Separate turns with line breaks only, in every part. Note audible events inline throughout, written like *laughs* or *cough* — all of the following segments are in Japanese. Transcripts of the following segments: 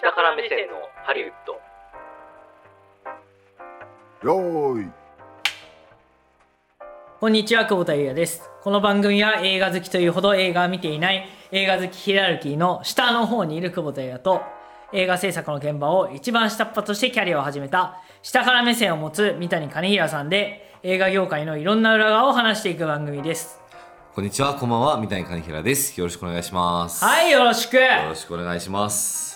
下から目線のハリウッド
よーい
こんにちは、久保田裕也です。この番組は映画好きというほど映画を見ていない映画好きヒエラルキーの下の方にいる久保田裕也と映画制作の現場を一番下っ端としてキャリアを始めた下から目線を持つ三谷兼平さんで映画業界のいろんな裏側を話していく番組です。
こんにちは、こんばんは、三谷兼平です。よろしくお願いします。
はい、よろしく
よろ
今
しくお願いします。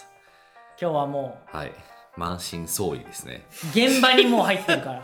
日はも
はい。満身創痍ですね。
う現場にもう入ってる
*laughs*
から。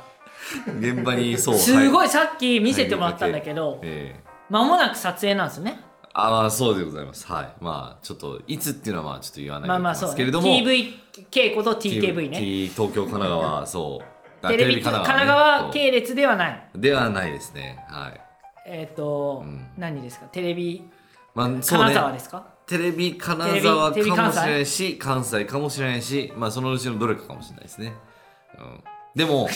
現場
*laughs*
に、そう。
すご
い
い、さっき見せてもらったんだけど、
ええ
間もなく撮影なんですよね。
あ、まあ、そうでございます。はい。まあ、ちょっと、いつっていうのは、まあ、ちょっと言わない
まあまあ
と
そう、
いけます
ね。
けれども。
TV 稽古と TKV ね。
T 東京、神
*laughs*
奈川、そう。あ
テレビ神奈川
ね
系列ではない。
そうではないですね。はい。
えっ、と、
うん
何ですかテレビ
まあ、そう
金
ね。
沢ですか、
テレビ金沢
テレビ
かもしれないし関西かもしれないしまあそのうちのどれかかもしれないですね、うん、で
*laughs*
も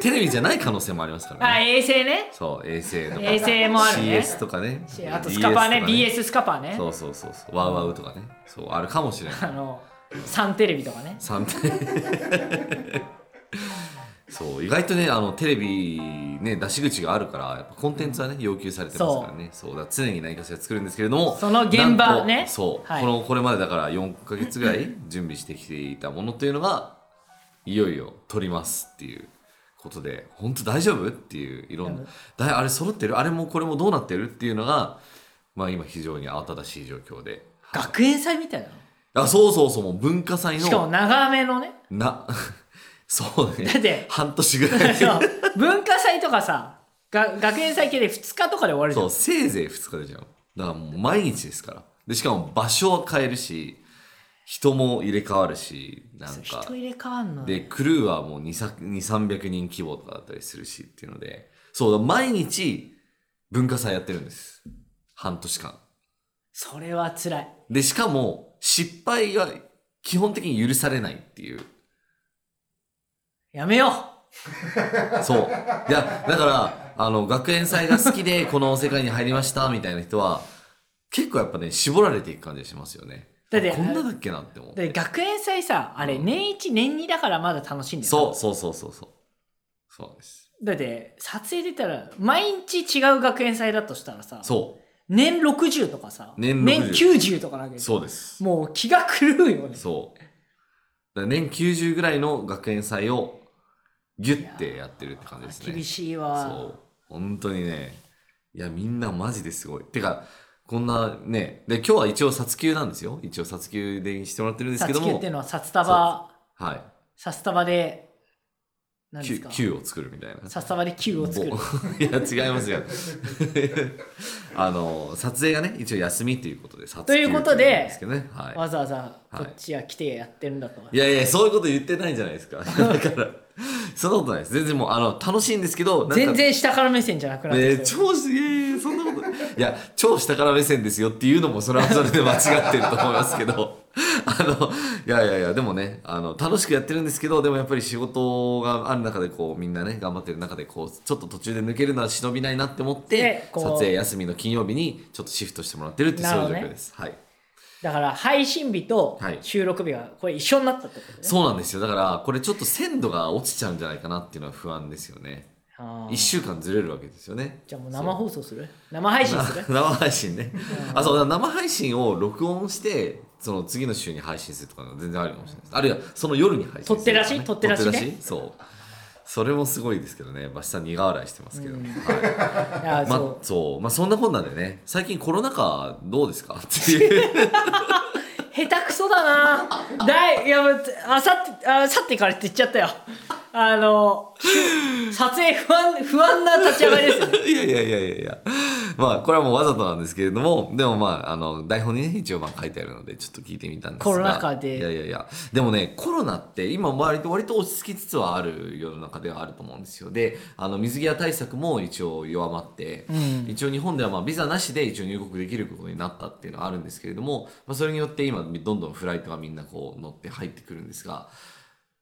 テレビじゃない可能性もありますから
あ
ね
衛星ね
そう衛星とか
衛星もあるね
CS とかね
しあとスカパーね
DS と
BS スカパーね
かそうそうそうそうワウワウとかねそうあるかもしれない
あのサンテレビとかね
三点そう意外とねあのテレビね出し口があるからやっぱコンテンツはね要求されてますからねそうだから常に何かしら作るんですけれども
その現場
なんと
ね
そう、
はい
このこれまでだから4か月ぐらい準備してきていたものというのがいよいよ撮りますっていうことで本当大丈夫っていういろんなだあれ揃ってるあれもこれもどうなってるっていうのがまあ今非常に慌ただしい状況で、はい
学園祭みたいなの
あそうそうそうもう文化祭の
しかも長めのね
な、 *laughs* そうね。
だって
半年ぐらい。
そう *laughs* 文化祭とかさが学園祭系で2日とかで終わるじゃ
そ
ん
う、せいぜい2日でじゃん。だからもう毎日ですから。で、しかも場所は変えるし、人も入れ替わるし、なんか。
人入れ替わんの
で、クルーはもう2、300人規模とかだったりするしっていうので、そうだ、毎日文化祭やってるんです。半年間。
それは辛い
で、しかも、失敗が基本的に許されないっていう。
やめよう
そう。いや、だから、あの、学園祭が好きで、こ *laughs* の世界に入りました、みたいな人は、結構やっぱね、絞られていく感じがしますよね。
だって
あこんなだっけなって思って。
で学園祭さあれ年1年2だからまだ楽しいんだよ
そうそうそうそうそう。そうです。
だって撮影出たら毎日違う学園祭だとしたらさ
そ
年60とかさ
年60
90とかなわけ
う。
で
そうです。
もう気が狂うよね
そう。だから年90ぐらいの学園祭を、ギュッてやってるって感じですね。
厳しい
そ
わ
う本当にねいやみんなマジですごいてかこんなねで今日は一応殺球なんですよ一応殺球でしてもらってるんです
さ
け
つ
ど
きゅうっ
も
ていうのはさつたば
はい
さつたばで何ですか
球を作るみたいな
さつたばで球を作る
るいや違いますよ *laughs* あの撮影がね一応休みということで撮影
ということで
ですけどね、はい、
わざわざ
はい
こっちは来てやってるんだと、
いやいや、そういうこと言ってないじゃないですか。だ *laughs* から、そんなことないです。全然もう、あの、楽しいんですけど、なんか
全然下から目線じゃなくなっ
え
て
ー、超すげえそんなこといや超下から目線ですよっていうのもそれはそれで間違ってると思いますけど *laughs* あのいやいやいやでもねあの楽しくやってるんですけどでもやっぱり仕事がある中でこうみんなね頑張ってる中でこうちょっと途中で抜けるのは忍びないなって思って
でこう
撮影休みの金曜日にちょっとシフトしてもらってるっていう
な
そ
る
うい
ほ
う
ど
状
ね
況です、はい
だから配信日と
はい
収録日がこれ一緒になったってことね、
そうなんですよだからこれちょっと鮮度が落ちちゃうんじゃないかなっていうのは不安ですよね
あー
1週間ずれるわけですよね
じゃあもう生放送する生配信する
生配信ね。あ、そう、だから生配信を録音して、その次の週に配信するとかの全然あるかもしれないです。あるいはその夜に配信するとか、
撮ってらし撮ってらしね
そう。それもすごいですけどね。バシさん苦笑いしてますけど。
うん
はい
や
*laughs* ま
そ
あ
う、
そう。まあそんなこんなでね、最近コロナ禍どうですかっていう。
下手くそだなだいいやもうあさってあさってからって言っちゃったよあの撮影不安不安な立ち上がりですね
*laughs* いやいやいやいやいや。まあこれはもうわざとなんですけれども、でもまあ、あの、台本にね、一応まあ書いてあるので、ちょっと聞いてみたんですが。
コロナ禍で
いやいやいや。でもね、コロナって今割と、割と落ち着きつつはある世の中ではあると思うんですよ。で、あの、水際対策も一応弱まって、
ん
一応日本ではまあビザなしで一応入国できることになったっていうのはあるんですけれども、まあそれによって今、どんどんフライトがみんなこう乗って入ってくるんですが、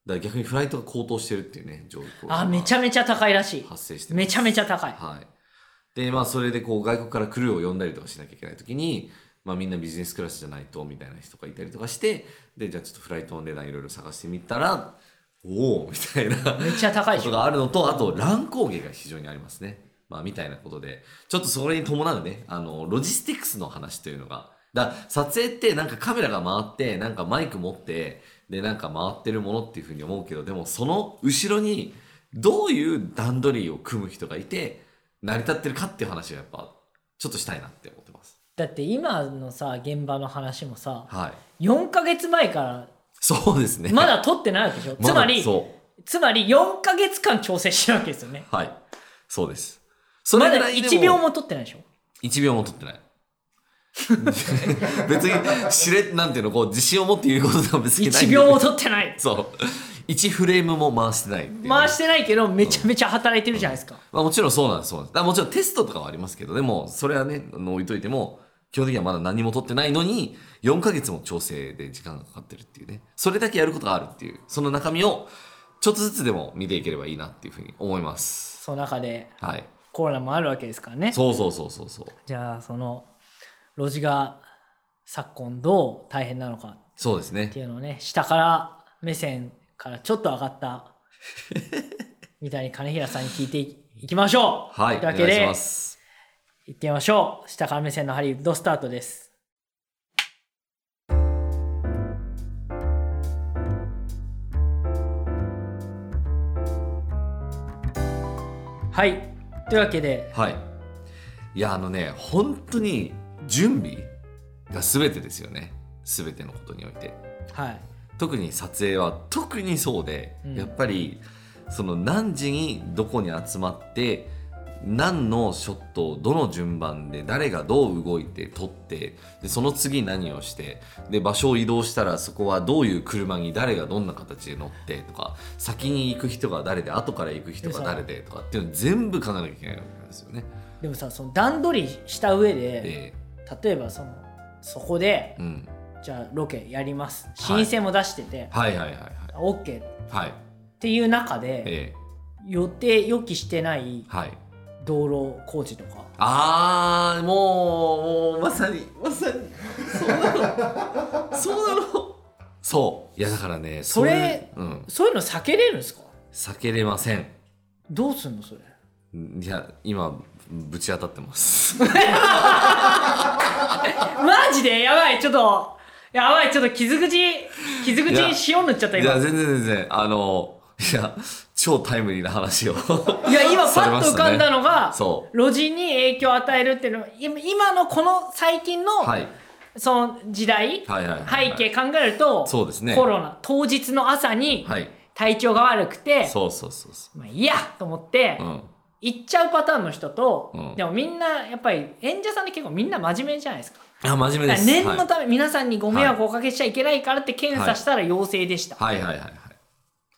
だから逆にフライトが高騰してるっていうね、状況が
あめちゃめちゃ高いらしい
発生してます
めちゃめちゃ高い
はい。で、まあ、それでこう、外国からクルーを呼んだりとかしなきゃいけないときに、まあ、みんなビジネスクラスじゃないとみたいな人がいたりとかしてでじゃあちょっとフライトの値段いろいろ探してみたらおおみたいな
めっちゃ高い
こ
でし
と
ょ
があるのとあと乱高下が非常にありますね、まあ、みたいなことでちょっとそれに伴うねあのロジスティクスの話というのがだ撮影ってなんかカメラが回ってなんかマイク持ってでなんか回ってるものっていうふうに思うけどでもその後ろにどういう段取りを組む人がいて成り立ってるかっていう話をやっぱちょっとしたいなって思ってます。
だって今のさ現場の話もさ
はい、
4ヶ月前から
そうですね
まだ撮ってないわけでしょ
*laughs* ま
つ
だ
まり
そう
つまり4ヶ月間調整してるわけですよね
はい。そうです。そ
ま
れぐ
だ
らいで
1秒も撮ってないでしょ
1秒も取ってない。 *laughs* 別に、しれ、なんていうの、こう、自信を持って言うことでは別にない。
1秒も撮ってない
そう。1フレームも回してないっていうね
回してないけどめちゃめちゃ働いてるじゃないですか、
まあもちろんそうなんです、そうなんです。だからもちろんテストとかはありますけど、でも、それはね、あの置いといても、基本的にはまだ何も取ってないのに、4ヶ月も調整で時間がかかってるっていうね。それだけやることがあるっていう、その中身を、ちょっとずつでも見ていければいいなっていうふうに思います。
その中で
はい。
コロナもあるわけですからね
そうそうそうそうそう。
じゃあその路地が昨今どう大変なのか
そうですね
って。いうのをね下から目線からちょっと上がった
*laughs*
三谷兼平さんに聞いていきましょう
はい。
という
お
わけ
願いし
で
ます。
行ってみましょう下から目線のハリウッドスタートですはいというわけで
はい。いや、あのね、本当に準備が全てですよね。全てのことにおいて。
はい
特に撮影は特にそうで、
うん
やっぱりその何時にどこに集まって何のショットをどの順番で誰がどう動いて撮ってでその次何をしてで場所を移動したらそこはどういう車に誰がどんな形で乗ってとか先に行く人が誰で後から行く人が誰でとかっていうのを全部考えなきゃいけないわけなんですよね。
でもさその段取りした上で
で
例えばそのそこで
うん、
じゃあロケやります申請も出してて、
はいはいはいはい
あ OK っ
はい
ていう中で
ええ
予定予期してない
はい
道路工事とか
あーもうもうまさにまさに *laughs* そうなのそうなのそういやだからね
それ
そういううん、
そういうの避けれるんですか
避けれません
どうすんのそれ
いや今ぶち当たってます
マジでやばいちょっとやばいちょっと傷口傷口に塩塗っちゃった
い
今
や全然全然あのいや超タイムリーな話を
いや今
され
パッ
ま
と
し
浮
た
か
ね
んだのが、
そ
路地に影響を与えるっていうのは今今のこの最近の、
うはい
その時代、
はいはいはいはい
背景考えると
そうですね
コロナ当日の朝に
はい
体調が悪くて、
そうそうそうそ
まあいいやと思って、
ううん
行っちゃうパターンの人と、
うん
でもみんなやっぱり演者さんって結構みんな真面目じゃないですか
あ真面目
だから
です
念
は
の
い
ため、皆さんにご迷惑をおかけしちゃいけないからって検査したら陽性でした、
はいはいはいはい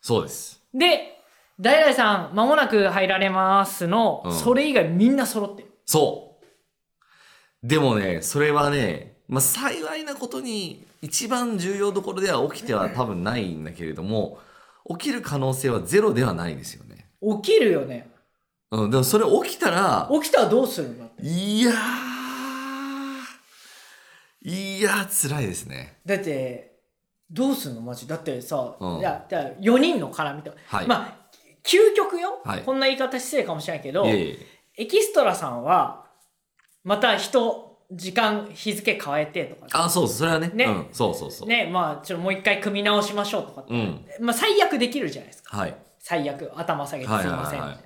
そうです
で「ダイダイさん間もなく入られますの」
うん
それ以外みんな揃ってる
そう。でもね、それはね、まあ、幸いなことに、一番重要どころでは起きては多分ないんだけれども、起きる可能性はゼロではないですよね。
起きるよね
うん、でもそれ起きたら、
起きたらどうするんだって
いやー、いやー、辛いですね。
だってどうすんのマジだってさ、
うん
いやだから4人の絡みと、
はい
まあ究極よ、
はい
こんな言い方失礼かもしれないけ
い
ど
えいえ
エキストラさんはまた人時間日付変えてとか
あ、そう、それはね。
ね
うん、そうそうそう。
ねまあちょっともう一回組み直しましょうとかって、
うん。
まあ、最悪できるじゃないですか
はい。
最悪頭下げてすいませんみたいな、
はいはいはいは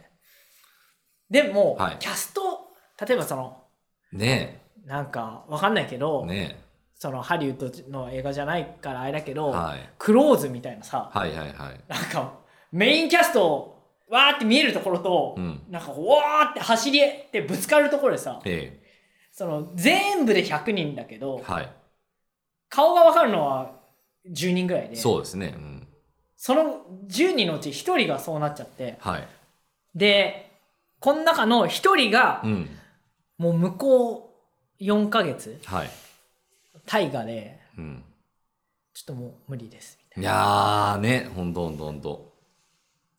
でも、
はい
キャスト例えばその
ね
なんかわかんないけど、
え。ね
そのハリウッドの映画じゃないからあれだけ
え。
ど、
はい。
クローズみたいなさ、
はいはいはい。
なんかメインキャストをわーって見えるところと、
うん
なんかわーって走りってぶつかるところでさ
え
その全部で100人だけ
え。
ど
はい。
顔が分かるのは10人ぐらいで
そうですね。うん。
その10人のうち1人がそうなっちゃって
はい。
でこの中の1人が
うん。
もう向こう4ヶ月
はい。
大河で
うん。
ちょっともう無理ですみたいない
やーね、ほんとほんとほんと。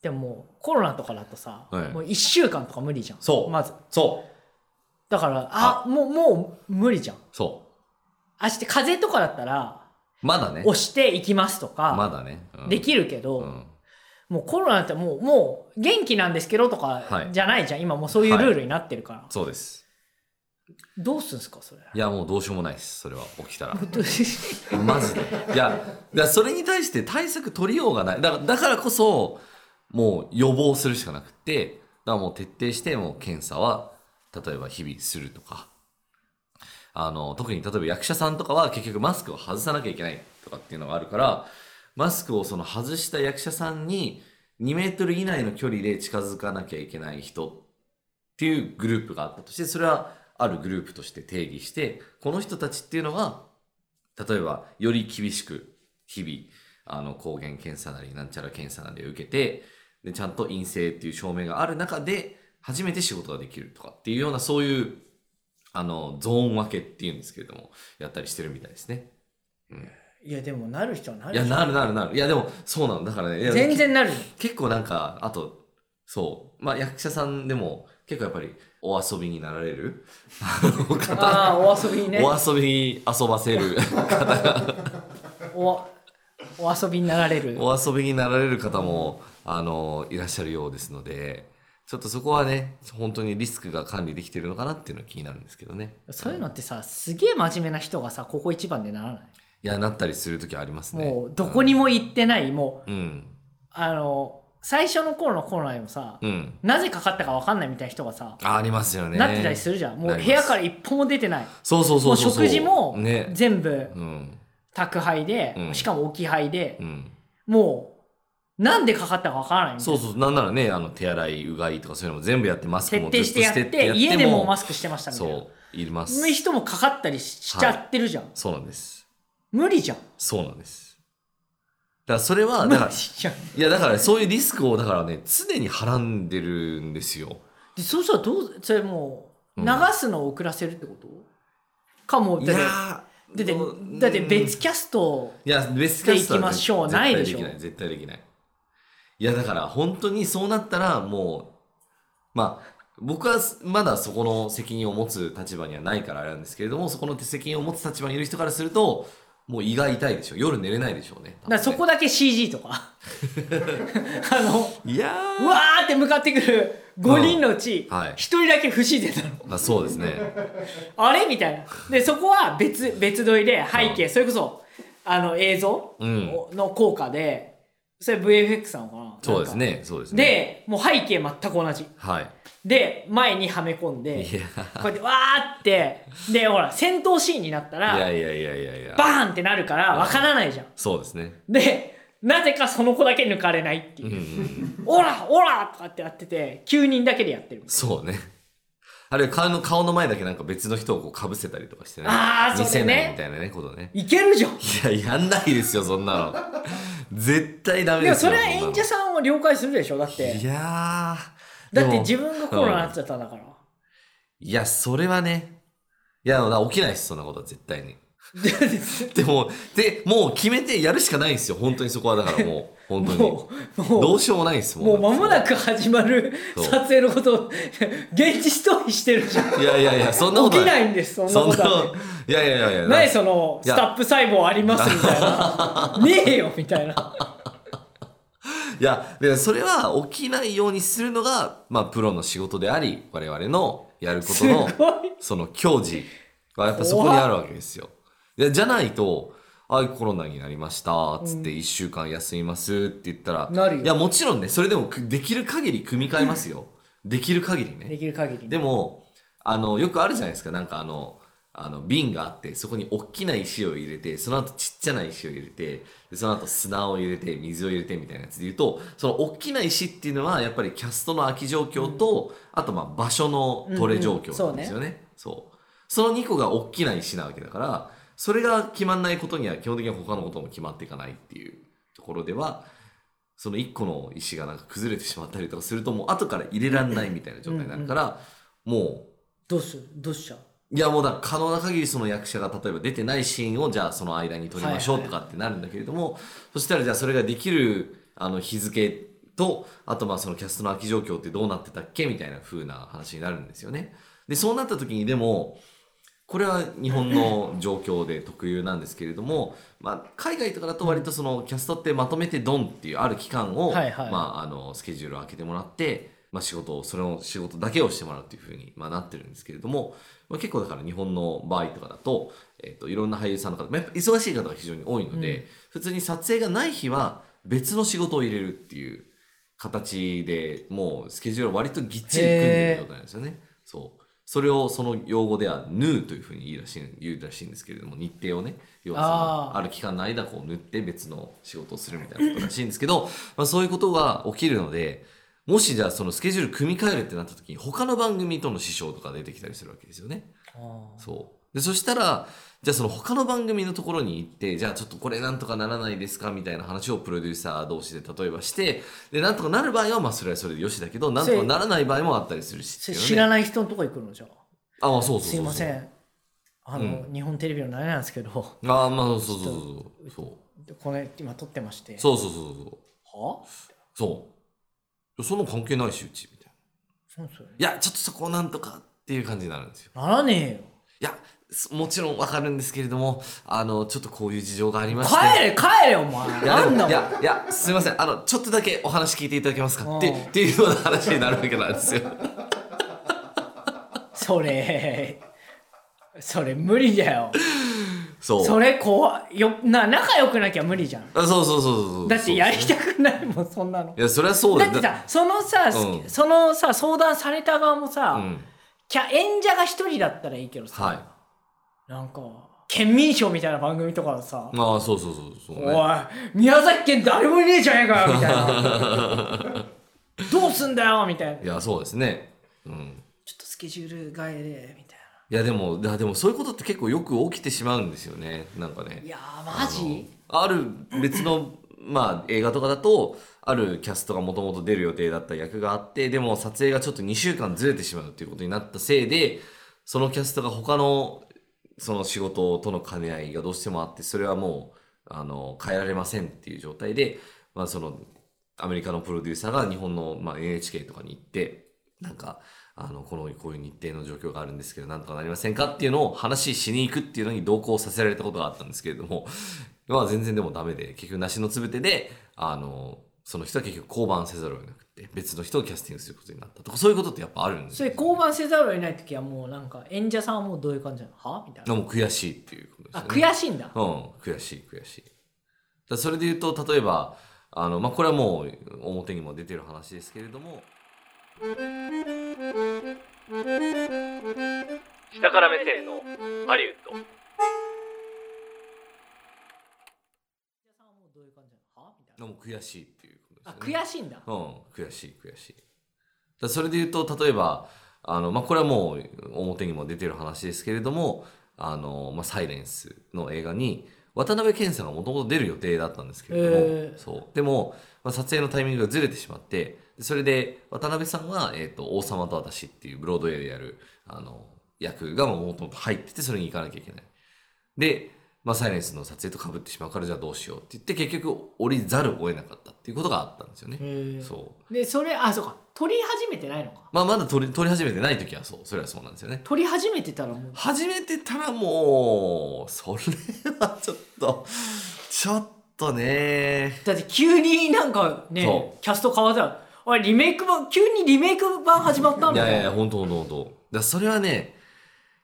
でももうコロナとかだとさ、
はい
もう1週間とか無理じゃん
そう
まず
そ
だからあもうもう無理じゃん
う、そ
明日風邪とかだったら
まだね
押していきますとか、
まだね、うん
できるけど、
うん
もうコロナってもうもう元気なんですけどと
は
か
い
じゃないじゃん、今もうそういうルールになってるから、
そうです
どうすんすかそれ
いやもうどうしようもないですそれは起きたら
どうし
マジでいやいやそれに対して対策取りようがないだからだからこそもう予防するしかなくてだからもう徹底してもう検査は例えば日々するとかあの特に例えば役者さんとかは結局マスクを外さなきゃいけないとかっていうのがあるからマスクをその外した役者さんに2メートル以内の距離で近づかなきゃいけない人っていうグループがあったとしてそれはあるグループとして定義してこの人たちっていうのは例えばより厳しく日々あの抗原検査なりなんちゃら検査なりを受けてでちゃんと陰性っていう証明がある中で初めて仕事ができるとかっていうようなそういうあのゾーン分けっていうんですけれどもやったりしてるみたいですね。
*laughs* いやでもなる人はないる
や
人
なるなるなるいやでもそうなのだからねいや
全然
*laughs*
なる
結構なんかあとそうまあ役者さんでも結構やっぱりお遊びになら
*laughs*
れる方
ああお遊びにね
お遊びに遊ばせる
おお遊びになられる
お遊びになられる方もあのいらっしゃるようですのでちょっとそこはね本当にリスクが管理できてるのかなっていうのは気になるんですけどね
そういうのってさすげえ真面目な人がさここ一番でならない
いやなったりする時ありますね
もうどこにも行ってないもう
うん
あの最初の頃のコロナでもさ、
うん
なぜかかったか分かんないみたいな人がさ、
あありますよね
なってたりするじゃんもう
な
部
り
屋
ます
から一歩も出てない
そうそうそうそう
もう食事も
ね
全部
うん
宅配で、
うん
しかも置き配で
う、ん
もうなんでかかったか分からないみたい
そう
な
そうなんならねあの手洗いうがいとかそういうのも全部やってマスク
徹
も
底
ずっと
してやって家でもマスクしてましたみたいな
そういりま
そ
す
ういう人もかかったりしちゃってるじゃん、
そうなんです
無理じゃん
そうなんですだからそれは
無
だ
理
から
じゃん
いやだからそういうリスクをだからね常にはらんでるんですよ
でそうしたらどうそれもう
うん
流すのを遅らせるってこと、かも
い
だって
や
だって
うん
だって別キャスト
いや別キャスト
でいき
は
ましょう
絶対
ないでしょ
絶対きない絶対できないいやだから本当にそうなったらもうまあ僕はまだそこの責任を持つ立場にはないからあれなんですけれどもそこの責任を持つ立場にいる人からするともう胃が痛いでしょ夜寝れないでしょうね
だからそこだけ CG
*laughs*
とかあの
いやー
うわーって向かってくる5人のうち
うんはい
1人だけ不自然なの、
まあ、そうですね
あれみたいなでそこは別別撮りで背景、それこそあの映像
うん
の効果でそれ VFX なのかな
そうですねそうです
なんかで,、
ね
もう背景全く同じ
はい
で前にはめ込ん
い
で
や
こうやってわーってでほら戦闘シーンになった
いや
ら
いやいやいやいや
バーンってなるからわからないじゃん
そうですね
でなぜかその子だけ抜かれないって
うん
いうう、
ん
オラオラとかってやってて9人だけでやってる
そうねあるいは顔の顔の前だけなんか別の人をこうかぶせたりとかしてね
あーそうだね
見せないみたいなねことね
いけるじゃん
いややんないですよそんなの絶対ダメ
で
で
も
す
そ
よ
れは演者
そ
さんは了解するでしょだっ
んなのい
て
やー
だっ
で
て
も
自分がコロナになっちゃったんだから、
いやそれはねいやだから起きないですそんなことは絶
*laughs*
対に
だって
でもでもう決めてやるしかないんですよ本当にそこはだからもう本当に
もう
ど
も
うしようもないです
うも
も
うん間もなく始まる
そう
撮影のことを現実逃避してるじゃん
いやいやいやそんなこ
起
と
きないいんですそんな
そ
こ
んな
とはね
いやいやいやいや
何その
い
ス
や
タップ細胞ありますみたい
*laughs*
なねえよみたいない
や、でそれは起きないようにするのが、まあ、プロの仕事であり、我々のやるこ
す
との、
ごい
その矜持はやっぱそこにあるわけですよ。いやじゃないと、あコロナになりました、つって1週間休みますって言ったら、
なるよ
いや、もちろんね、それでもくできる限り組み替えますよ。できる限り
で
ね。
きる限り
でも、あの、よくあるじゃないですか、なんかあの、あの瓶があってそこに大きな石を入れてその後ちっちゃな石を入れてでその後砂を入れて水を入れてみたいなやつで言うとその大きな石っていうのはやっぱりキャストの空き状況と、あとまあ場所の取れ状況なんですよね,、そうその2個が大きな石なわけだからそれが決まんないことには基本的には他のことも決まっていかないっていうところではその1個の石がなんか崩れてしまったりとかするともう後から入れられないみたいな状態になるから、もう
どうするどうしちゃう
いやもうだから可能な限りその役者が例えば出てないシーンをじゃあその間に撮りましょう
はい
と
は
かってなるんだけれども、そしたらじゃあそれができるあの日付とあとまあそのキャストの空き状況ってどうなってたっけみたいな風な話になるんですよね。でそうなった時にでもこれは日本の状況で特有なんですけれども、まあ、海外とかだと割とそのキャストってまとめてドンっていうある期間を、
はいはい
まあ、あのスケジュールを空けてもらって、まあ、仕事をそれの仕事だけをしてもらうっていうふうに、まあ、なってるんですけれども、まあ、結構だから日本の場合とかだと,、えっといろんな俳優さんの方、まあ、やっぱ忙しい方が非常に多いので、
う
普通に撮影がない日は別の仕事を入れるっていう形でもうスケジュールを割とぎっちり組んでる状態なんですよね。そうそれをその用語では「縫う」というふうに言うらしい言うらしいんですけれども日程をね要はそ
あ
の
ー
ある期間の間こう縫って別の仕事をするみたいなことらしいんですけど、まあ、そういうことが起きるのでもしじゃあそのスケジュール組み替えるってなった時に他の番組との支障とか出てきたりするわけですよね。そうでそしたらじゃあその他の番組のところに行ってじゃあちょっとこれなんとかならないですかみたいな話をプロデューサー同士で例えばしてでなんとかなる場合はまあそれはそれでよしだけどなんとかならない場合もあったりするしっ
そ
てい
れ
うね
知らない人のとこ行くのじゃあ
あまあそうそうそうそう
すいませんあの、
う
日本テレビの何なんですけど
ああまあそうそうそうそう
これ今撮ってまして
そうそうそうそうそう
は
そうそんなの関係ないしうちみたいな
そうですよね
いやちょっとそこをなんとかっていう感じになるんですよ
ならね
いやすもちろんわかるんですけれどもあのちょっとこういう事情があり
え
ま
よ
して
帰れ帰れお前
いや
なんだ
いやいやすいませんあのちょっとだけお話聞いていただけます
う
か
ん
ってっていうような話になるわけなんです
*laughs*
よ
それそれ無理だよ
そう
それ怖いよな仲良くなきゃ無理じゃん
あそうそうそうそうそう
だってやり
い
たくないもんそんなの
いやそれはそう
だ
だ
って
だ
さそのさ、
うん
そのさ相談された側もさ、
うん
キャ演者が一人だったらいいけどさ、
はい
なんか県民賞みたいな番組とかはさ、
まあそうそうそうそうね
おい宮崎県誰もいねえじゃねえか
*laughs*
よみたいなどうすんだよみたいなちょ
いやそうですねうん
っとスケジュール外でみたい
いやでもだでもそういうことって結構よく起きてしまうんですよねなんかね
ないやーマジ
ある別の、まあ、映画とかだとあるキャストがもともと出る予定だった役があってでも撮影がちょっと2週間ずれてしまうということになったせいでそのキャストが他のその仕事との兼ね合いがどうしてもあってそれはもうあの変えられませんっていう状態で、まあ、そのアメリカのプロデューサーが日本の、まあ、NHK とかに行ってなんかあのこのこういう日程の状況があるんですけどなんとかなりませんかっていうのを話ししに行くっていうのに同行させられたことがあったんですけれども *laughs* まあ全然でもダメで結局梨のつぶてであのその人は結局降板せざるを得なくて別の人をキャスティングすることになったとかそういうことってやっぱあるんです
そ
よ
れ降板せざるを得ない時はもうなんか演者さんはもうどういう感じなのはみたいな
もう悔しいっていうことです
あ
よね
悔しいんだ
うん、悔しい悔しい。だからそれで言うと例えばあの、まあ、これはもう表にも出てる話ですけれども
下から目線のハリウッド
演者さんはもうどういう感じなのはみたいな
もう悔しいっていうこと
あ
ですよね。
悔しいんだ
うん、悔しい悔しい。だからそれで言うと例えばあの、まあ、これはもう表にも出てる話ですけれども「あのまあ、サイレンスの映画に渡辺謙さんがもともと出る予定だったんですけれども、
へー
そうでも、まあ、撮影のタイミングがずれてしまってでそれで渡辺さんは「えー、と王様と私」っていうブロードウェイでやるあの役がもともと入っててそれに行かなきゃいけない。で、まあ、サイレンスの撮影とかぶってしまうからじゃあどうしようって言って結局降りざるを得なかったっていうことがあったんですよね。
へえ
そう。
でそれあそうか撮り始めてないのか
まあ、まだ撮り撮り始めてない時はそう。それはそうなんですよね。
撮り始めてたらもう
始めてたらもう、それはちょっと、ちょっとね。
だって急になんか
そ
ねキャスト変わったらおいリメイク版急にリメイク版始まったん
い
だ
やいやいや、本当本当本当。だからそれはね、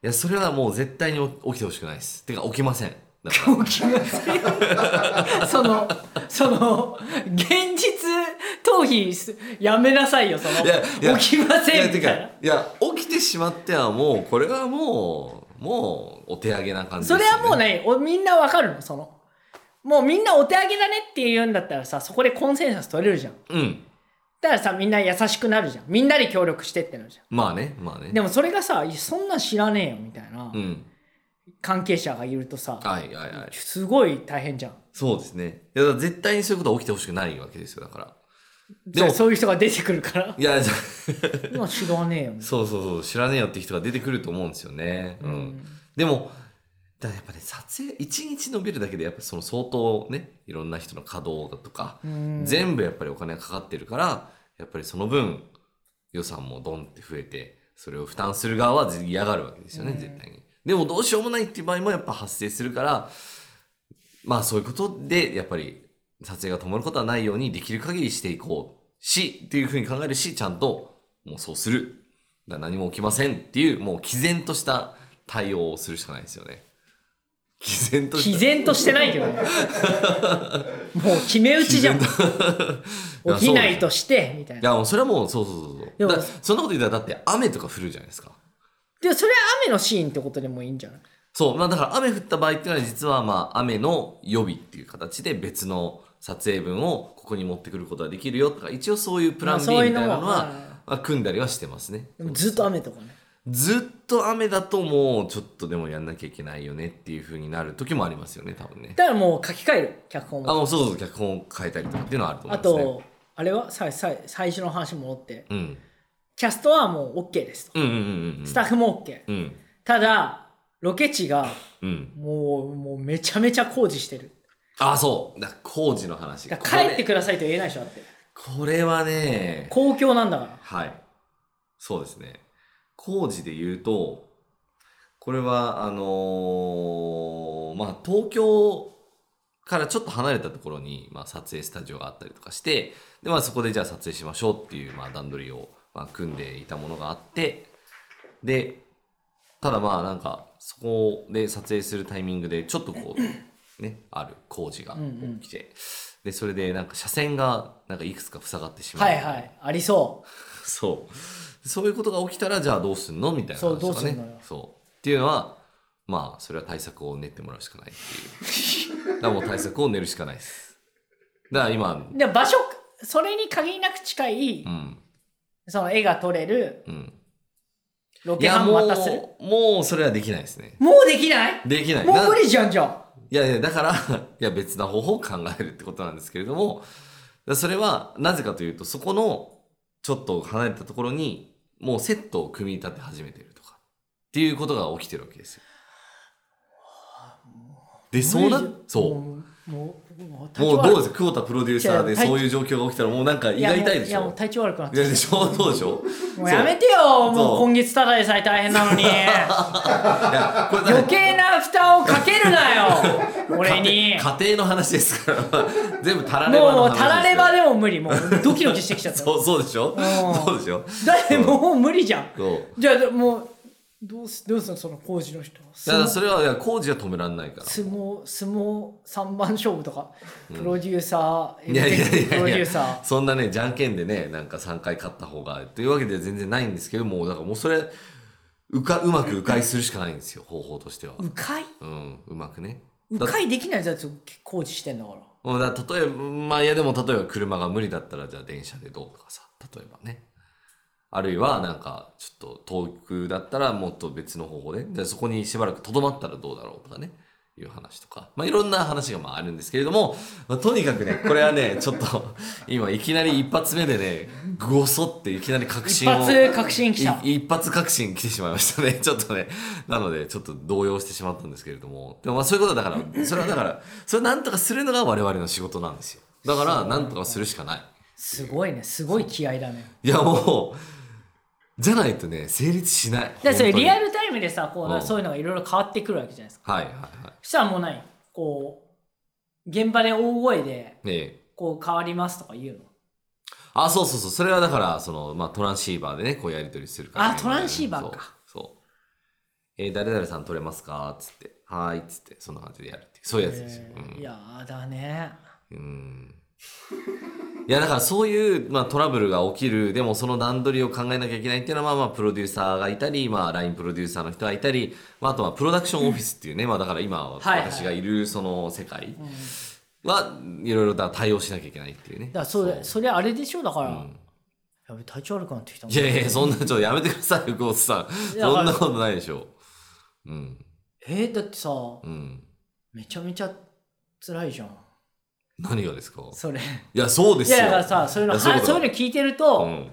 いや、それはもう絶対に起きてほしくないです。てか、起きません。だから
起きませんそのその現実逃避すやめなさいよそ
いやいや
の起きませんみたい
いや
な
てかいや起きてしまってはもうこれはもうもうお手上げな感じ
それはもう
ね
ねおみんなわかるのそのもうみんなお手上げだねって言うんだったらさそこでコンセンサス取れるじゃん
うん
だからさみんな優しくなるじゃんみんなで協力してってなるじゃ
まあねまあね
んでもそれがさいやそんなん知らねえよみたいな
うん
関係者がいるとさ、
はいはいはい
すごい大変じゃん
そうですね。いやだから絶対にそういうことは起きてほしくないわけですよ、だから。で
で
も
もそういう人が出てくるから
*laughs* いや、そ
まあ知らねえよみたいな
そうそうそう、知らねえよって人が出てくると思うんですよね。うん。
うん
でも、だからやっぱね、撮影、一日延びるだけで、やっぱりその相当ね、いろんな人の稼働だとか、
うん
全部やっぱりお金がかかってるから、やっぱりその分、予算もドンって増えて、それを負担する側は嫌がるわけですよね、
うん
絶対に。でもどうしようもないっていう場合もやっぱ発生するから、まあそういうことで、やっぱり撮影が止まることはないようにできる限りしていこうし、っていうふうに考えるし、ちゃんともうそうする。だから何も起きませんっていう、もう毅然とした対応をするしかないですよね。毅然とした。
毅然としてないけど
*laughs*
ねもう決め打ちじゃん起
*laughs* や
きないとしてみたい
い
な
や、もうそれはもう、そうそうそう
で
そう。
も
だそんなこと言ったら、だって雨とか降るじゃないですか。
でもそれは雨のシーンってことでもいいんじゃない
そう、まあだから雨降った場合っていうのは実はまあ雨の予備っていう形で別の撮影分をここに持ってくることができるよとか、一応そういうプラン B み
まあそうい
たいう
の
な
も
のは、
はい
まあ、組んだりはしてますね。
でもずっと雨とかね
ずっと雨だともうちょっとでもやんなきゃいけないよねっていう風になる時もありますよね、多分ね。
だからもう書き換える脚本
あ、
も
もうそうそう、脚本を変えたりとかっていうのはあると思
あ
いますね。
とあれはさいさい最初の話戻って
うん。
キャストはもう OK ですと
うんうんうんうん。
スタッフも OK
うん。
ただロケ地が
うん。
もうもうめちゃめちゃ工事してる
あ、そう。だから工事の話。
だから帰ってくださいと言えないでしょだって
これはね、
公共なんだから
はい。そうですね。工事で言うと、これは、あのーまあ、東京からちょっと離れたところに、まあ、撮影スタジオがあったりとかして、で、まあ、そこでじゃあ撮影しましょうっていう、まあ、段取りを、まあ、組んでいたものがあって、で、ただまあ、なんか、そこで撮影するタイミングで、ちょっとこ
*clears throat*
う、ね、ある工事が起きて、で、それで、なんか、車線が、なんか、いくつか塞がってしまう。
はいはいありそう
そう。そういうことが起きたら、じゃあどうすんのみたいな話
そう
と
どう
か
すん
ね
のよ。
そう。っていうのは、まあ、それは対策を練ってもらうしかないっていう。だ *laughs* からもう対策を練るしかないです。だから今、
で場所それに限りなく近い、
うん、
その絵が撮れる
うん。
ロ
い
ケ
や、
ハン
も
渡す
う、もうそれはできないですね。
もうできない
できない。
も
な
う無理じゃんじゃん
いやいや、だから、い *laughs* や、別な方法を考えるってことなんですけれども、だからそれは、なぜかというと、そこの、ちょっと離れたところに、もうセットを組み立て始めてるとか、っていうことが起きてるわけですよ。で、そうな
無理じゃん、
そ
もうもうも
う。もうどう
う
です久保田プロデューサーで
違う体
そういう状況が起きたら、もうなんか胃
体調悪いいや
が
もう
痛いで
い
し
やもう
ょ
体調悪くなっ
い
て
やでしょ *laughs* そうでしょ
もうやめてよもう
そう
今月ただでさえ大変なの
*laughs*
に
そういやこれだから
余計な負担をかけるな
*laughs*
よ俺に
家庭家庭の話ですから、 *laughs* 全部たらればの
も
話
う
ですよ
たらればでも無理もうドキドキしてきちゃった
そう、そうでしょ
ん
そうでしょ
だってもう無理じゃん
そう。
じゃあもうどうすどうすんのその工事の人
だからそれはいや工事は止めらんないから
相撲相撲三番勝負とかプロデューサー、
いやいや
エグゼクティブ
い
プロデ
や
ュ
い
ーサ
やそんなねじゃんけんでねなんか3回勝った方がというわけでは全然ないんですけどもうだからもうそれうかうまく迂回するしかないんですよ方法としては
ー迂回
うんうまくね
迂回できないやつ工事してんだから
もうだから例えばまあいやでも例えば車が無理だったらじゃあ電車でどうとかさ例えばねあるいはなんかちょっと遠くだったらもっと別の方法でじゃあそこにしばらくとどまったらどうだろうとかねいう話とか、まあ、いろんな話がまああるんですけれども、まあ、とにかくねこれはね *laughs* ちょっと今いきなり一発目でねごそっていきなり確
一
信を
発確信来た
い一発確信来てしまいましたね。ちょっとね。 *laughs* なので、ちょっと動揺してしまったんですけれども。でもまあそういうことだから、それはだから、それをなんとかするのが我々の仕事なんですよ。だから、なんとかするしかない。
すごいねすごい気合いだね
いやもう、じゃないとね、成立しない。
でそれ
本当に
リアルタイムでさこ
う
うんそういうのがいろいろ変わってくるわけじゃないですか
はいはいはい。
そしたらもうないこう現場で大声で
ねえ
こう変わりますとか言うの
あ、そうそうそう。それはだから、その、まあ、トランシーバーでね、こうやり取りするから、
あトランシーバーか
そう。そうえー誰々さん取れますかつって。はーい。つって、そんな感じでやるっていう。そういうやつですよ。
え
うん
ーいやーだね
うんいやだからそういう、まあ、トラブルが起きるでもその段取りを考えなきゃいけないっていうのは、まあ、まあプロデューサーがいたり、まあ、LINE プロデューサーの人がいたり、まあ、あとはプロダクションオフィスっていうね、まあ、だから今
はいはい
私がいるその世界はいろいろだ対応しなきゃいけないっていうね。
だからそれそれあれでしょだから、
うん
やべ体調悪くなってきたもん
いやいやそんなちょっとやめてくださいよ久保田さん
いや
そんなことないでしょう。うん
えー、だってさ
うん
めちゃめちゃ辛いじゃん
何がですか
それ
いやそうで
い
すよ。
やだからさそういうの
いやそういう
は
こ
そ
と
ういうの聞いてると、
うん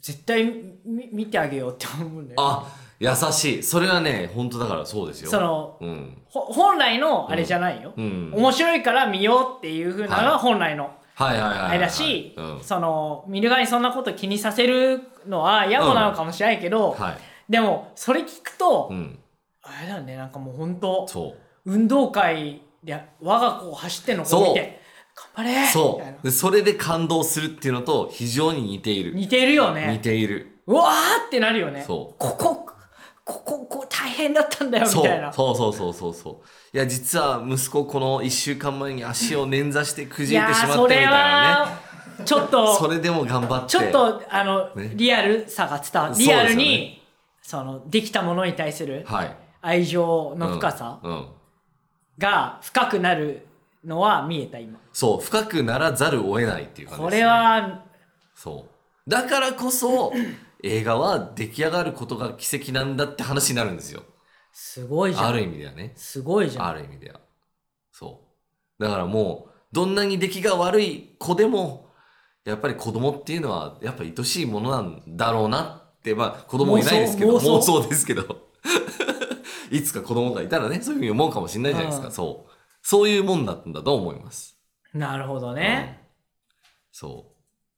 絶対み見てあげようって思うんだよね
あ優しいそれはね本当だからそうですよ。
その
うん
ほ本来のあれじゃないよ、
うん、
面白いから見ようっていうふうなの
は
が
い
本来の
はいはいはいはいはい、
あれだし、
うん、
その見る側にそんなこと気にさせるのは野暮なのかもしれないけど、
はい、
でもそれ聞くと、
うん、
あれだよねなんかもう本当
そう
運動会で我が子を走ってんのこう見て頑張れ
そ
みたいな
う *laughs* でそれで感動するっていうのと非常に似ている
似てるよね
似ている
うわーってなるよね
そう
こここここう大変だったんだよ
そ
み
う
たいな
そうそうそうそうそういや実は息子この1週間前に足を捻挫してく
い
じい
や
てしま
ー
った
そ
みたい
れ
なね
はちょっと
それでも頑張って
ちょっとあの、
ね
リアルさが伝わる
そうです
リ
よね
アルにそ,、のできたものに対する
はい
愛情の深さ
うんうん
が深くなるのは見えた今
そう深くならざるを得ないっていう感じ
こ
ですね
れは
そうだから
*laughs*
こそ映画は出来上がることが奇跡なんだって話になるんですよ
すごいじゃ
あ
ん
る意味ではね
すごいじゃ
あ
ん
る意味ではそうだからもうどんなに出来が悪い子でもやっぱり子供っていうのはやっぱ愛しいものなんだろうなってまあ子供いないですけど
妄想
妄想ですけど *laughs* いつか子供がいたらねそういうふうに思うかもしれないじゃないですか、
うん
そうそういうもんだったんだと思います
なるほどね、
うんそ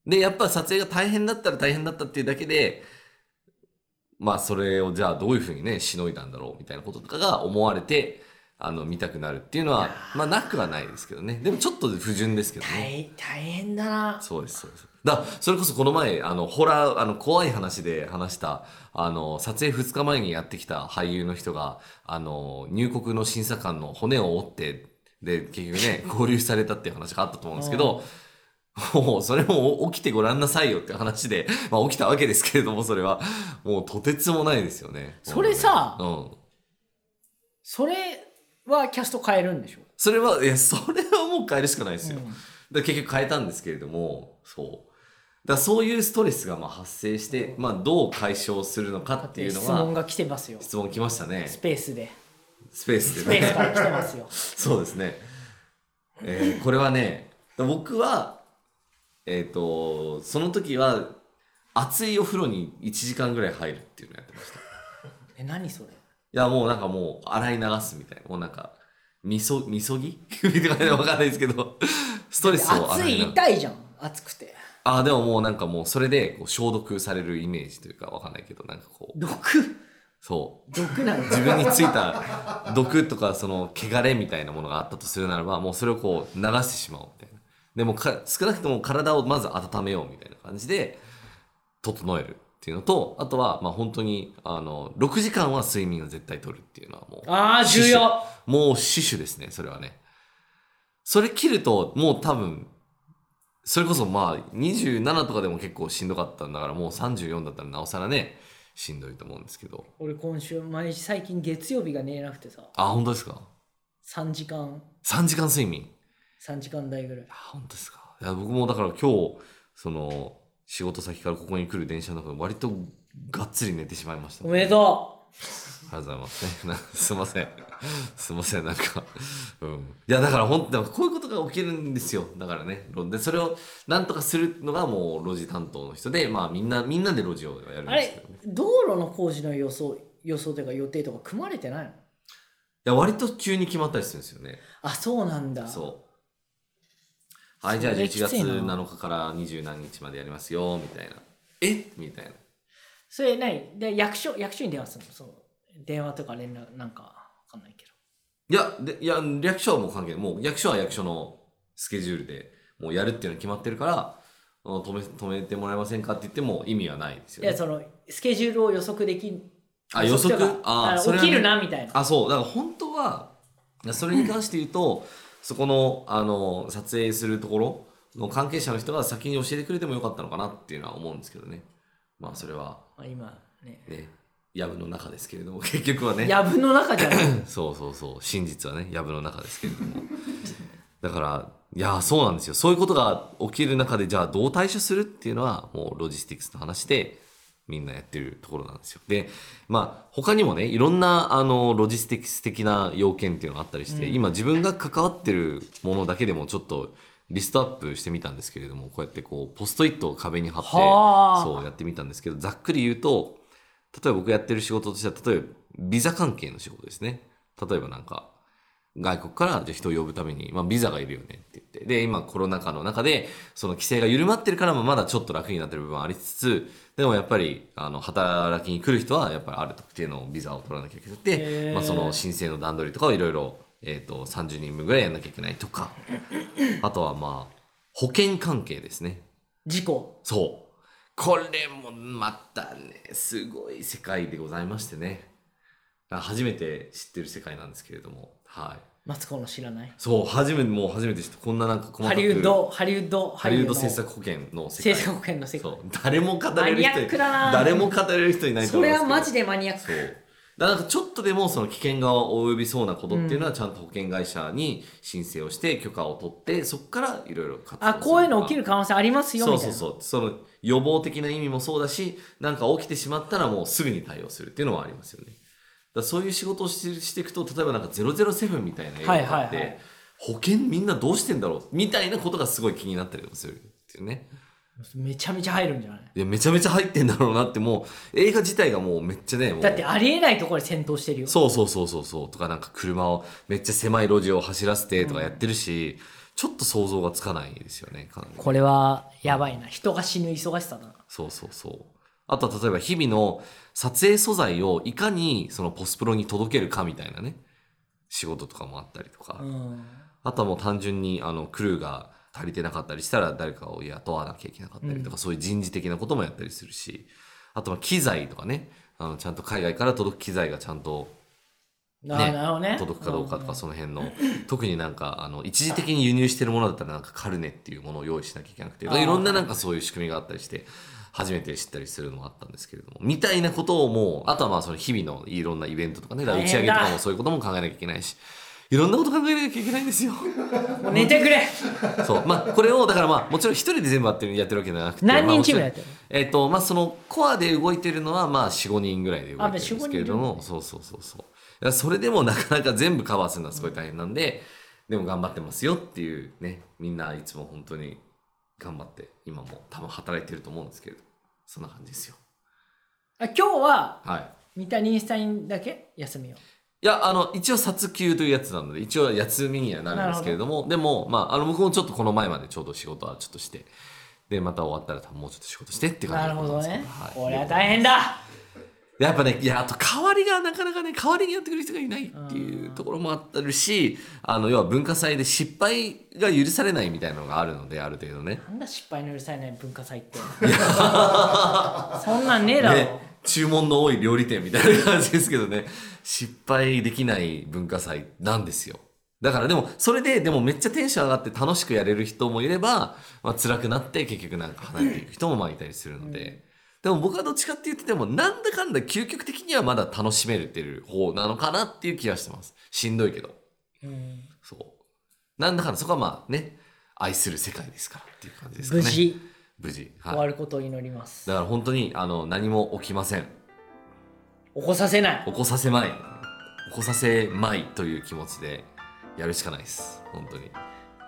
うでやっぱ撮影が大変だったら大変だったっていうだけでまあそれをじゃあどういうふうにねしのいだんだろうみたいなこととかが思われてあの見たくなるっていうのはまあなくはないですけどねでもちょっと不純ですけどね
大大変だな
そうですそうですだそれこそこの前あのホラーあの怖い話で話したあの撮影2日前にやってきた俳優の人があの入国の審査官の骨を折ってで結局ね *laughs* 合流されたっていう話があったと思うんですけどもうそれも起きてごらんなさいよっていう話で、まあ、起きたわけですけれどもそれはもうとてつもないですよね。
それさ
うん、
それはキャスト変えるんでしょ
それはいやそれはもう変えるしかないですよ。
うん
で結局変えたんですけれどもそうだからそういうストレスがまあ発生して、まあ、どう解消するのかっていうの
質問
が
が来てますよ
質問来ましたね
スペースで
スペース
ス
で
ペース
ね
から来てますよ
*laughs* そうですね、えーこれはね僕はえっ、とその時は熱いお風呂に1時間ぐらい入るっていうのをやってましたい
え何それ
やもうなんかもう洗い流すみたいなもうなんかみそみそぎ *laughs* みたいな分かんないですけどストレスを
熱
洗い
い
流す
痛いじゃん熱くて
あーでももうなんかもうそれでこう消毒されるイメージというかわかんないけどなんかこう
毒
そう
毒
*laughs*
なんだ
自分についた毒とかその汚れみたいなものがあったとするならばもうそれをこう流してしまおうみたいなでもか少なくとも体をまず温めようみたいな感じで整えるっていうのとあとはまあ本当にあの6時間は睡眠を絶対取るっていうのはもう
ああ重要
もう死守ですね、それはね。それ切ると、もう多分、それこそまあ、27とかでも結構しんどかったんだから、もう34だったらなおさらね、しんどいと思うんですけど。
俺今週毎日最近月曜日が寝れなくてさ
あ、本当ですか
3時間
?3 時間睡眠。
3時間台ぐらい
あ、本当ですかいや、僕もだから今日、その、仕事先からここに来る電車の中で割とがっつり寝てしまいました、
おめでと
ありがとうございます *laughs* ね。なすいません。すいません、なんか。うん。いや、だから本当こういうことが起きるんですよ。だからね。で、それをなんとかするのがもう路地担当の人で、まあみんな、みんなで路地をやるん
うあ
ですけ
れ
どね。い
道路の工事の予想予想というか予定とか組まれてないの
や、割と急に決まったりするんですよね。
あそうなんだ
そう。はい、じゃあ
それきつい
11
な
月7日から20何日までやりますよ、みたいな。えみたいな。
それ何で役所役所に電話するのそう電話とか連絡なんかわかんないけど
いや、でいや、役所はもう関係ない。もう役所は役所のスケジュールで、もうやるっていうのは決まってるから、あの止め、止めてもらえませんかって言っても意味はないです
い
よ
や
ね。
そのスケジュールを予測できん
あ、予測
というか
あ
の
それは
起
ね
きるなみたいな
あ、そう。だから本当は、いやそれに関して言うと、 *laughs* そこの、あの、撮影するところの関係者の人が先に教えてくれてもよかったのかなっていうのは思うんですけどね。まあ、それは、
まあ今ね
ね、やぶの中ですけれども、結局はね。
やぶの中じゃ *laughs* ない
*clears throat* そうそうそう真実はね藪の中ですけれ
*laughs*
どもだからいやーそうなんですよそういうことが起きる中でじゃあどう対処するっていうのはもうロジスティックスの話でみんなやってるところなんですよでまあ他にもねいろんなあのロジスティックス的な要件っていうのがあったりして、今自分が関わってるものだけでもちょっとリストアップしてみたんですけれどもこうやってこうポストイットを壁に貼って
はあ
そうやってみたんですけどざっくり言うと例えば僕やってる仕事としては例えばビザ関係の仕事ですね例えばなんか外国からじゃあ人を呼ぶために、まあ、ビザがいるよねって言って。で、今コロナ禍の中で、その規制が緩まってるからもまだちょっと楽になってる部分はありつつ、でもやっぱり、あの、働きに来る人は、やっぱりある特定のビザを取らなきゃいけなく
へ
て
ー、
まあ、その申請の段取りとかをいろいろ、えっ、と、30人分ぐらいやんなきゃいけないとか、あとはまあ、保険関係ですね。
事故
そう。これもまたね、すごい世界でございましてね。あ初めて知ってる世界なんですけれども。はい。
マツコの知らない
そう、初めて、もう初めて知って、こんななんか細
ハ
かく
リウッドハリウッド
ハリウッド
俳優
制
の
作保険の世
制
界。
作保険の世界
そう。誰も語れる
マニアック
人、
だな
誰も語れる人いないと
そ
思い
れ
ますけど。
はマジでマニアック
そう。だからなんかちょっとでもその危険が及びそうなことっていうのはちゃんと保険会社に申請をして許可を取ってそこからいろいろ活動
あこういうの起き
る
る可能性ありますよみ
そ
たいうな
そうそうその予防的な意味もそうだしなんか起きてしまったらもうすぐに対応するっていうのもありますよねだからそういう仕事をしてしていくと例えばなんか007みたいな映画があって、
はいはいはい
保険みんなどうしてんだろうみたいなことがすごい気になったりもするっていうね
めちゃめちゃ入るんじゃない
いやめちゃめちゃ入ってんだろうなってもう映画自体がもうめっちゃねもう
だってありえないところで戦闘してるよ
そうそうそうそうそうとかなんか車をめっちゃ狭い路地を走らせてとかやってるし、ちょっと想像がつかないですよねかなり
これはやばいな人が死ぬ忙しさだな
そうそうそうあとは例えば日々の撮影素材をいかにそのポスプロに届けるかみたいなね仕事とかもあったりとか、
うん
あとはもう単純にあのクルーが足りてなかったりしたら誰かを雇わなきゃいけなかったりとか、そういう人事的なこともやったりするしあとは機材とかねあのちゃんと海外から届く機材がちゃんと
なるほどね
届くかどうかとか
ん
その辺の特になんかあの一時的に輸入してるものだったらなんかカルネっていうものを用意しなきゃいけなくてい
あー
ろんななんかそういう仕組みがあったりして初めて知ったりするのもあったんですけれどもみたいなことをもうあとはまあその日々のいろんなイベントとかねだから打ち上げとかもそういうことも考えなきゃいけないしいろんなこと考えなきゃいけないん
*laughs*
ですよ。
もう寝てく
*laughs*
れ
そう。まあ、これを、だからまあ、もちろん一人で全部やってる、やってるわけじゃなくて。
何人
まあも
チ
ちろん
ームやってる
えっ、と、まあ、その、コアで動いてるのは、まあ、4、5人ぐらいで動いてるんですけれど
あまあ4-5人いるん
も、そうそうそうそう。いやそれでもなかなか全部カバーするのはすごい大変なんで、でも頑張ってますよっていうね、みんないつも本当に頑張って、今も多分働いてると思うんですけれど、そんな感じですよ。
あ今日は
はい。
三田インスタインだけ休みよ
いや、あの、一応、殺休というやつなので、一応、休みにはなるんですけれども、でも、まあ、あの、僕もちょっとこの前までちょうど仕事はちょっとして、で、また終わったら多分もうちょっと仕事してって感じ
なる
だと
ほ
思うん
ど
ですけ
ね
ど
俺
はい
は大変だ
やっぱね、いや、あと、代わりがなかなかね、代わりにやってくる人がいないっていうところもあったるし、あの、要は文化祭で失敗が許されないみたいなのがあるので、ある程度ね。
なんだ失敗の許されない文化祭って *laughs* そんなんねえだろ、
ね、注文の多い料理店みたいな感じですけどね、失敗できない文化祭なんですよ。だからでも、それで、でもめっちゃテンション上がって楽しくやれる人もいれば、まあ辛くなって結局なんか離れていく人もまあいたりするので、でも僕はどっちかって言ってても、なんだかんだ究極的にはまだ楽しめれてる方なのかなっていう気がしてます。しんどいけど。
うん
そう。なんだかんだそこはまあね、愛する世界ですからっていう感じですか
無
ね。
事
無事。はい
終わることを祈ります
だから本当に、あの、何も起きません。
起こさせない
起こさせまい起こさせまいという気持ちでやるしかないです本当に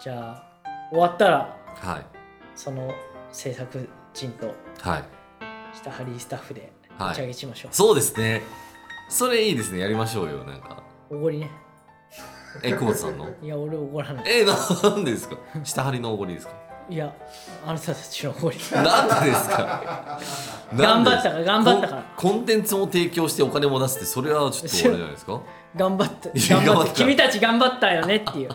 じゃあ終わったら
はい
その制作陣と
はい
下張りスタッフで
はい
打ち上げしましょう、
そうですねそれいいですねやりましょうよなんか
おごりね
え久保田さんの
いや俺おごらない
えなんでですか下張りのおごりですか
いやあなたたちのお
*laughs*
ごり
なんでですか
頑張ったから頑張ったから
コンコンテンツも提供してお金も出すってそれはちょっとあれじゃないですか
頑張った
いや
頑張っ
頑張
た
った
君たち頑張ったよねっていう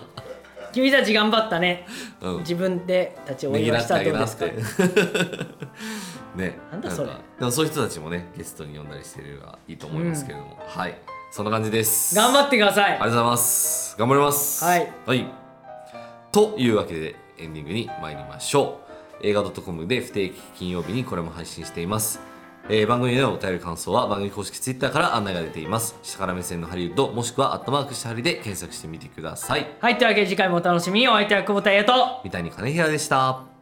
君たち頑張ったね
うん
自分でたちをお
ねぎ
祝
ら
い
っ
してた
あ
らど
げ
う
な
で
っ
すか
て *laughs* ね
なんだそれ
かでもそういう人たちもねゲストに呼んだりしてるがいいと思いますけれども、はいそんな感じです
頑
っ
張ってください
ありがとうございます頑張ります
はい、
というわけでエンディングに参りましょう映画 .com で不定期金曜日にこれも配信していますえー番組へのお便り感想は番組公式 Twitter から案内が出ています下から目線のハリウッドもしくはアットマークしたハリで検索してみてください
はいというわけで次回もお楽しみにお相手は久保田優と
三谷金平でした